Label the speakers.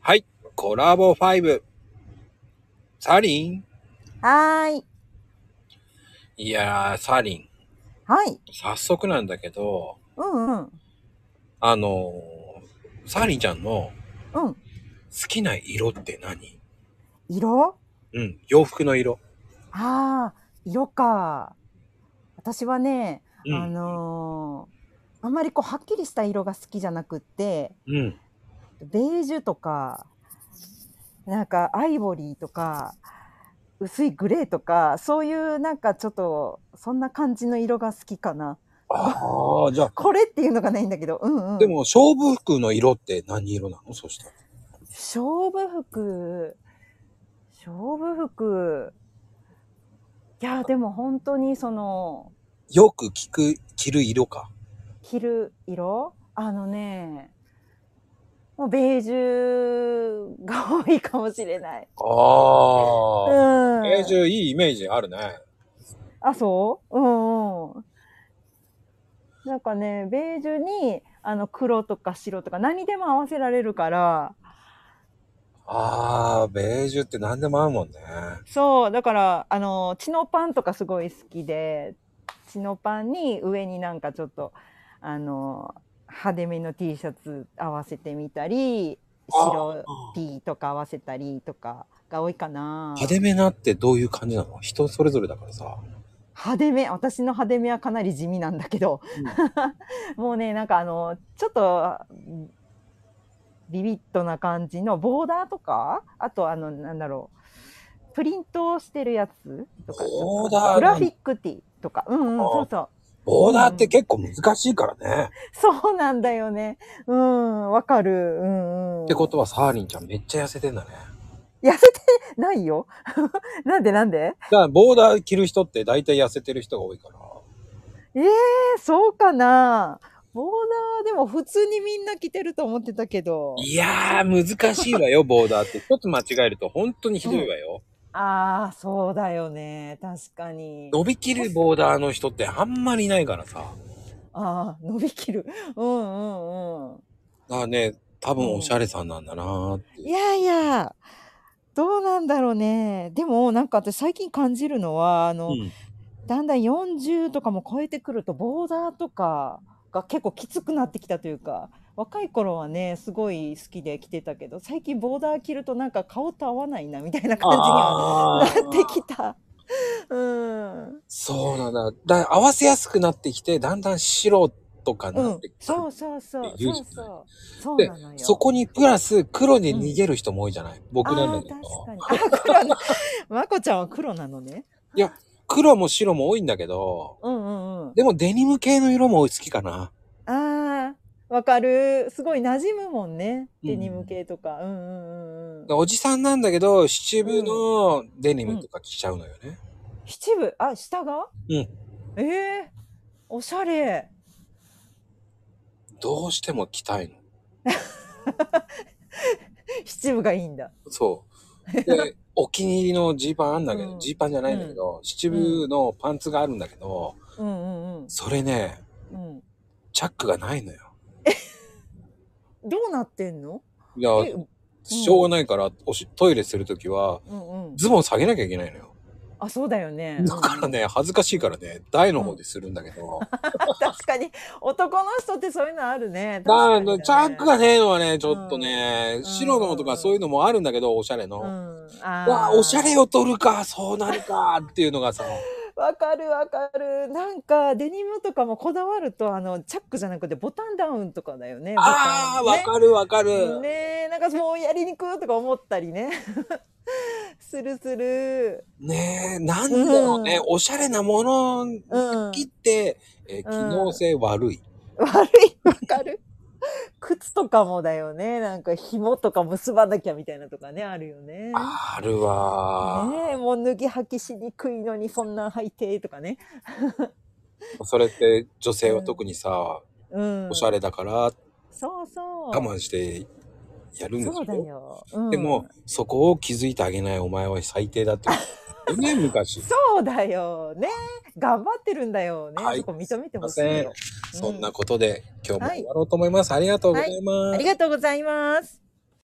Speaker 1: はい。コラボ5。サリン
Speaker 2: はーい。
Speaker 1: いやー、サリン。
Speaker 2: はい。
Speaker 1: 早速なんだけど、
Speaker 2: うんうん。
Speaker 1: あのー、サリンちゃんの
Speaker 2: うん。
Speaker 1: 好きな色って何
Speaker 2: 色
Speaker 1: うん、洋服の色。
Speaker 2: ああ、色か。私はね、
Speaker 1: うん
Speaker 2: あのーあんまりこう、はっきりした色が好きじゃなくって、
Speaker 1: うん。
Speaker 2: ベージュとか、なんかアイボリーとか、薄いグレーとか、そういうなんかちょっと、そんな感じの色が好きかな。
Speaker 1: ああ、じゃあ、
Speaker 2: これっていうのがないんだけど、うんうん。
Speaker 1: でも勝負服の色って何色なのそしたら。
Speaker 2: 勝負服勝負服いやでも本当にその
Speaker 1: よく着く、着る色か。
Speaker 2: 着る色あのねもうベージュが多いかもしれない。う
Speaker 1: ああ。
Speaker 2: ん。
Speaker 1: ベージュいいイメージあるね。
Speaker 2: あ、そううんうん。なんかね、ベージュにあの黒とか白とか何でも合わせられるから、
Speaker 1: ああ、ベージュって何でも合うもんね。
Speaker 2: そう、だから、あの、チノパンとかすごい好きで、チノパンに上になんかちょっと、あの、派手めの T シャツ合わせてみたり、白 T とか合わせたりとかが多いかな。
Speaker 1: 派手めなってどういう感じなの人それぞれだからさ。
Speaker 2: 派手め、私の派手めはかなり地味なんだけど、 もうね、なんかあの、ちょっと、ビビッとな感じのボーダーとか、あとあの、なんだろう、プリントしてるやつとか、
Speaker 1: ボーダー
Speaker 2: グラフィックティーとか、うんうん、
Speaker 1: あー
Speaker 2: そうそう。
Speaker 1: ボーダーって結構難しいからね。
Speaker 2: そうなんだよね。うん、わかる。うん、うん。
Speaker 1: ってことは、サーリンちゃんめっちゃ痩せてんだね。
Speaker 2: 痩せてないよ。 なんでなんで
Speaker 1: だから、ボーダー着る人って大体痩せてる人が多いから。
Speaker 2: えー、そうかな。ボーダーでも普通にみんな着てると思ってたけど。
Speaker 1: いやー、難しいわよ、ボーダーって。一つ間違えると本当にひどいわよ。
Speaker 2: ああ、そうだよね。確かに。
Speaker 1: 伸びきるボーダーの人ってあんまりいないからさ。
Speaker 2: ああ、伸びきる。 うんうんうん。
Speaker 1: だからね、多分おしゃれさんなんだなーって。
Speaker 2: いやいや、どうなんだろうね。でも、なんか私最近感じるのは、あの、
Speaker 1: うん
Speaker 2: だんだん40とかも超えてくるとボーダーとかが結構きつくなってきたというか若い頃はねすごい好きで着てたけど最近ボーダー着るとなんか顔と合わないなみたいな感じには
Speaker 1: あ
Speaker 2: な
Speaker 1: ー
Speaker 2: ってきた。うん、
Speaker 1: そうなんだ。だから合わせやすくなってきて、だんだん白とかに
Speaker 2: う
Speaker 1: なっ
Speaker 2: ん
Speaker 1: てきて、、
Speaker 2: そうそうそう
Speaker 1: って言
Speaker 2: そうう
Speaker 1: じゃない
Speaker 2: そうそう
Speaker 1: で
Speaker 2: なのよ。
Speaker 1: そこにプラス黒で逃げる人も多いじゃない、僕なん
Speaker 2: あ
Speaker 1: だ
Speaker 2: あ
Speaker 1: けど。
Speaker 2: ー確かに。あ黒な まこちゃんは黒なのね。
Speaker 1: 黒も白も多いんだけど、
Speaker 2: うんうんうん。
Speaker 1: でもデニム系の色も好きかな。
Speaker 2: ああわかる。すごい馴染むもんね。デニム系とか。うんうんうんうん。
Speaker 1: おじさんなんだけど、七分のデニムとか着ちゃうのよね。
Speaker 2: 七部あ下が
Speaker 1: うん
Speaker 2: ええおしゃれ
Speaker 1: どうしても着たいの。
Speaker 2: 七部がいいんだ
Speaker 1: そう。 で、お気に入りのジーパンあんだけど、
Speaker 2: うん
Speaker 1: ジーパンじゃないんだけど、七分のパンツがあるんだけど、
Speaker 2: うんうんうん
Speaker 1: それね、
Speaker 2: うん
Speaker 1: チャックがないのよ。
Speaker 2: どうなってんの
Speaker 1: いや、
Speaker 2: え
Speaker 1: しょうがないから、おしトイレするときは、
Speaker 2: うんうん
Speaker 1: ズボン下げなきゃいけないのよ。
Speaker 2: あそうだよね
Speaker 1: だからね、恥ずかしいからね、台の方でするんだけど。
Speaker 2: うん確かに男の人ってそういうのあるね
Speaker 1: だから
Speaker 2: 確かにね
Speaker 1: チャックがねえのはね、ちょっとね、
Speaker 2: ん
Speaker 1: 白のとかそういうのもあるんだけど、おしゃれの。
Speaker 2: うんあー
Speaker 1: わあ、おしゃれを取るか、そうなるかっていうの がさ、
Speaker 2: わかるわかるなんかデニムとかもこだわるとあのチャックじゃなくてボタンダウンとかだよね
Speaker 1: ああ、
Speaker 2: ボタン
Speaker 1: わ
Speaker 2: ね
Speaker 1: かるわかる。
Speaker 2: ねえなんかもうやりにくいとか思ったりね するする
Speaker 1: ねえ、なんだろうね、
Speaker 2: うん
Speaker 1: おしゃれなもの
Speaker 2: うん
Speaker 1: 切って、えー機能性悪い。
Speaker 2: 悪いわかる靴とかもだよねなんか紐とか結ばなきゃみたいなとかねあるよね
Speaker 1: あるわ、
Speaker 2: ねえもう脱ぎ履きしにくいのにそんなん履いてとかね
Speaker 1: それって女性は特にさ、
Speaker 2: うん
Speaker 1: おしゃれだから我
Speaker 2: そうそう
Speaker 1: 慢してやるんです
Speaker 2: そうだ
Speaker 1: よ。
Speaker 2: よ、うん
Speaker 1: でも、そこを気づいてあげないお前は最低だ って。ね、昔。す
Speaker 2: そうだよね頑張ってるんだよね、
Speaker 1: はい
Speaker 2: そこ認めて
Speaker 1: いま
Speaker 2: ほしい
Speaker 1: せん
Speaker 2: よ。
Speaker 1: そんなことで、今日も終わろうと思います。ありがとうございます。
Speaker 2: ありがとうございます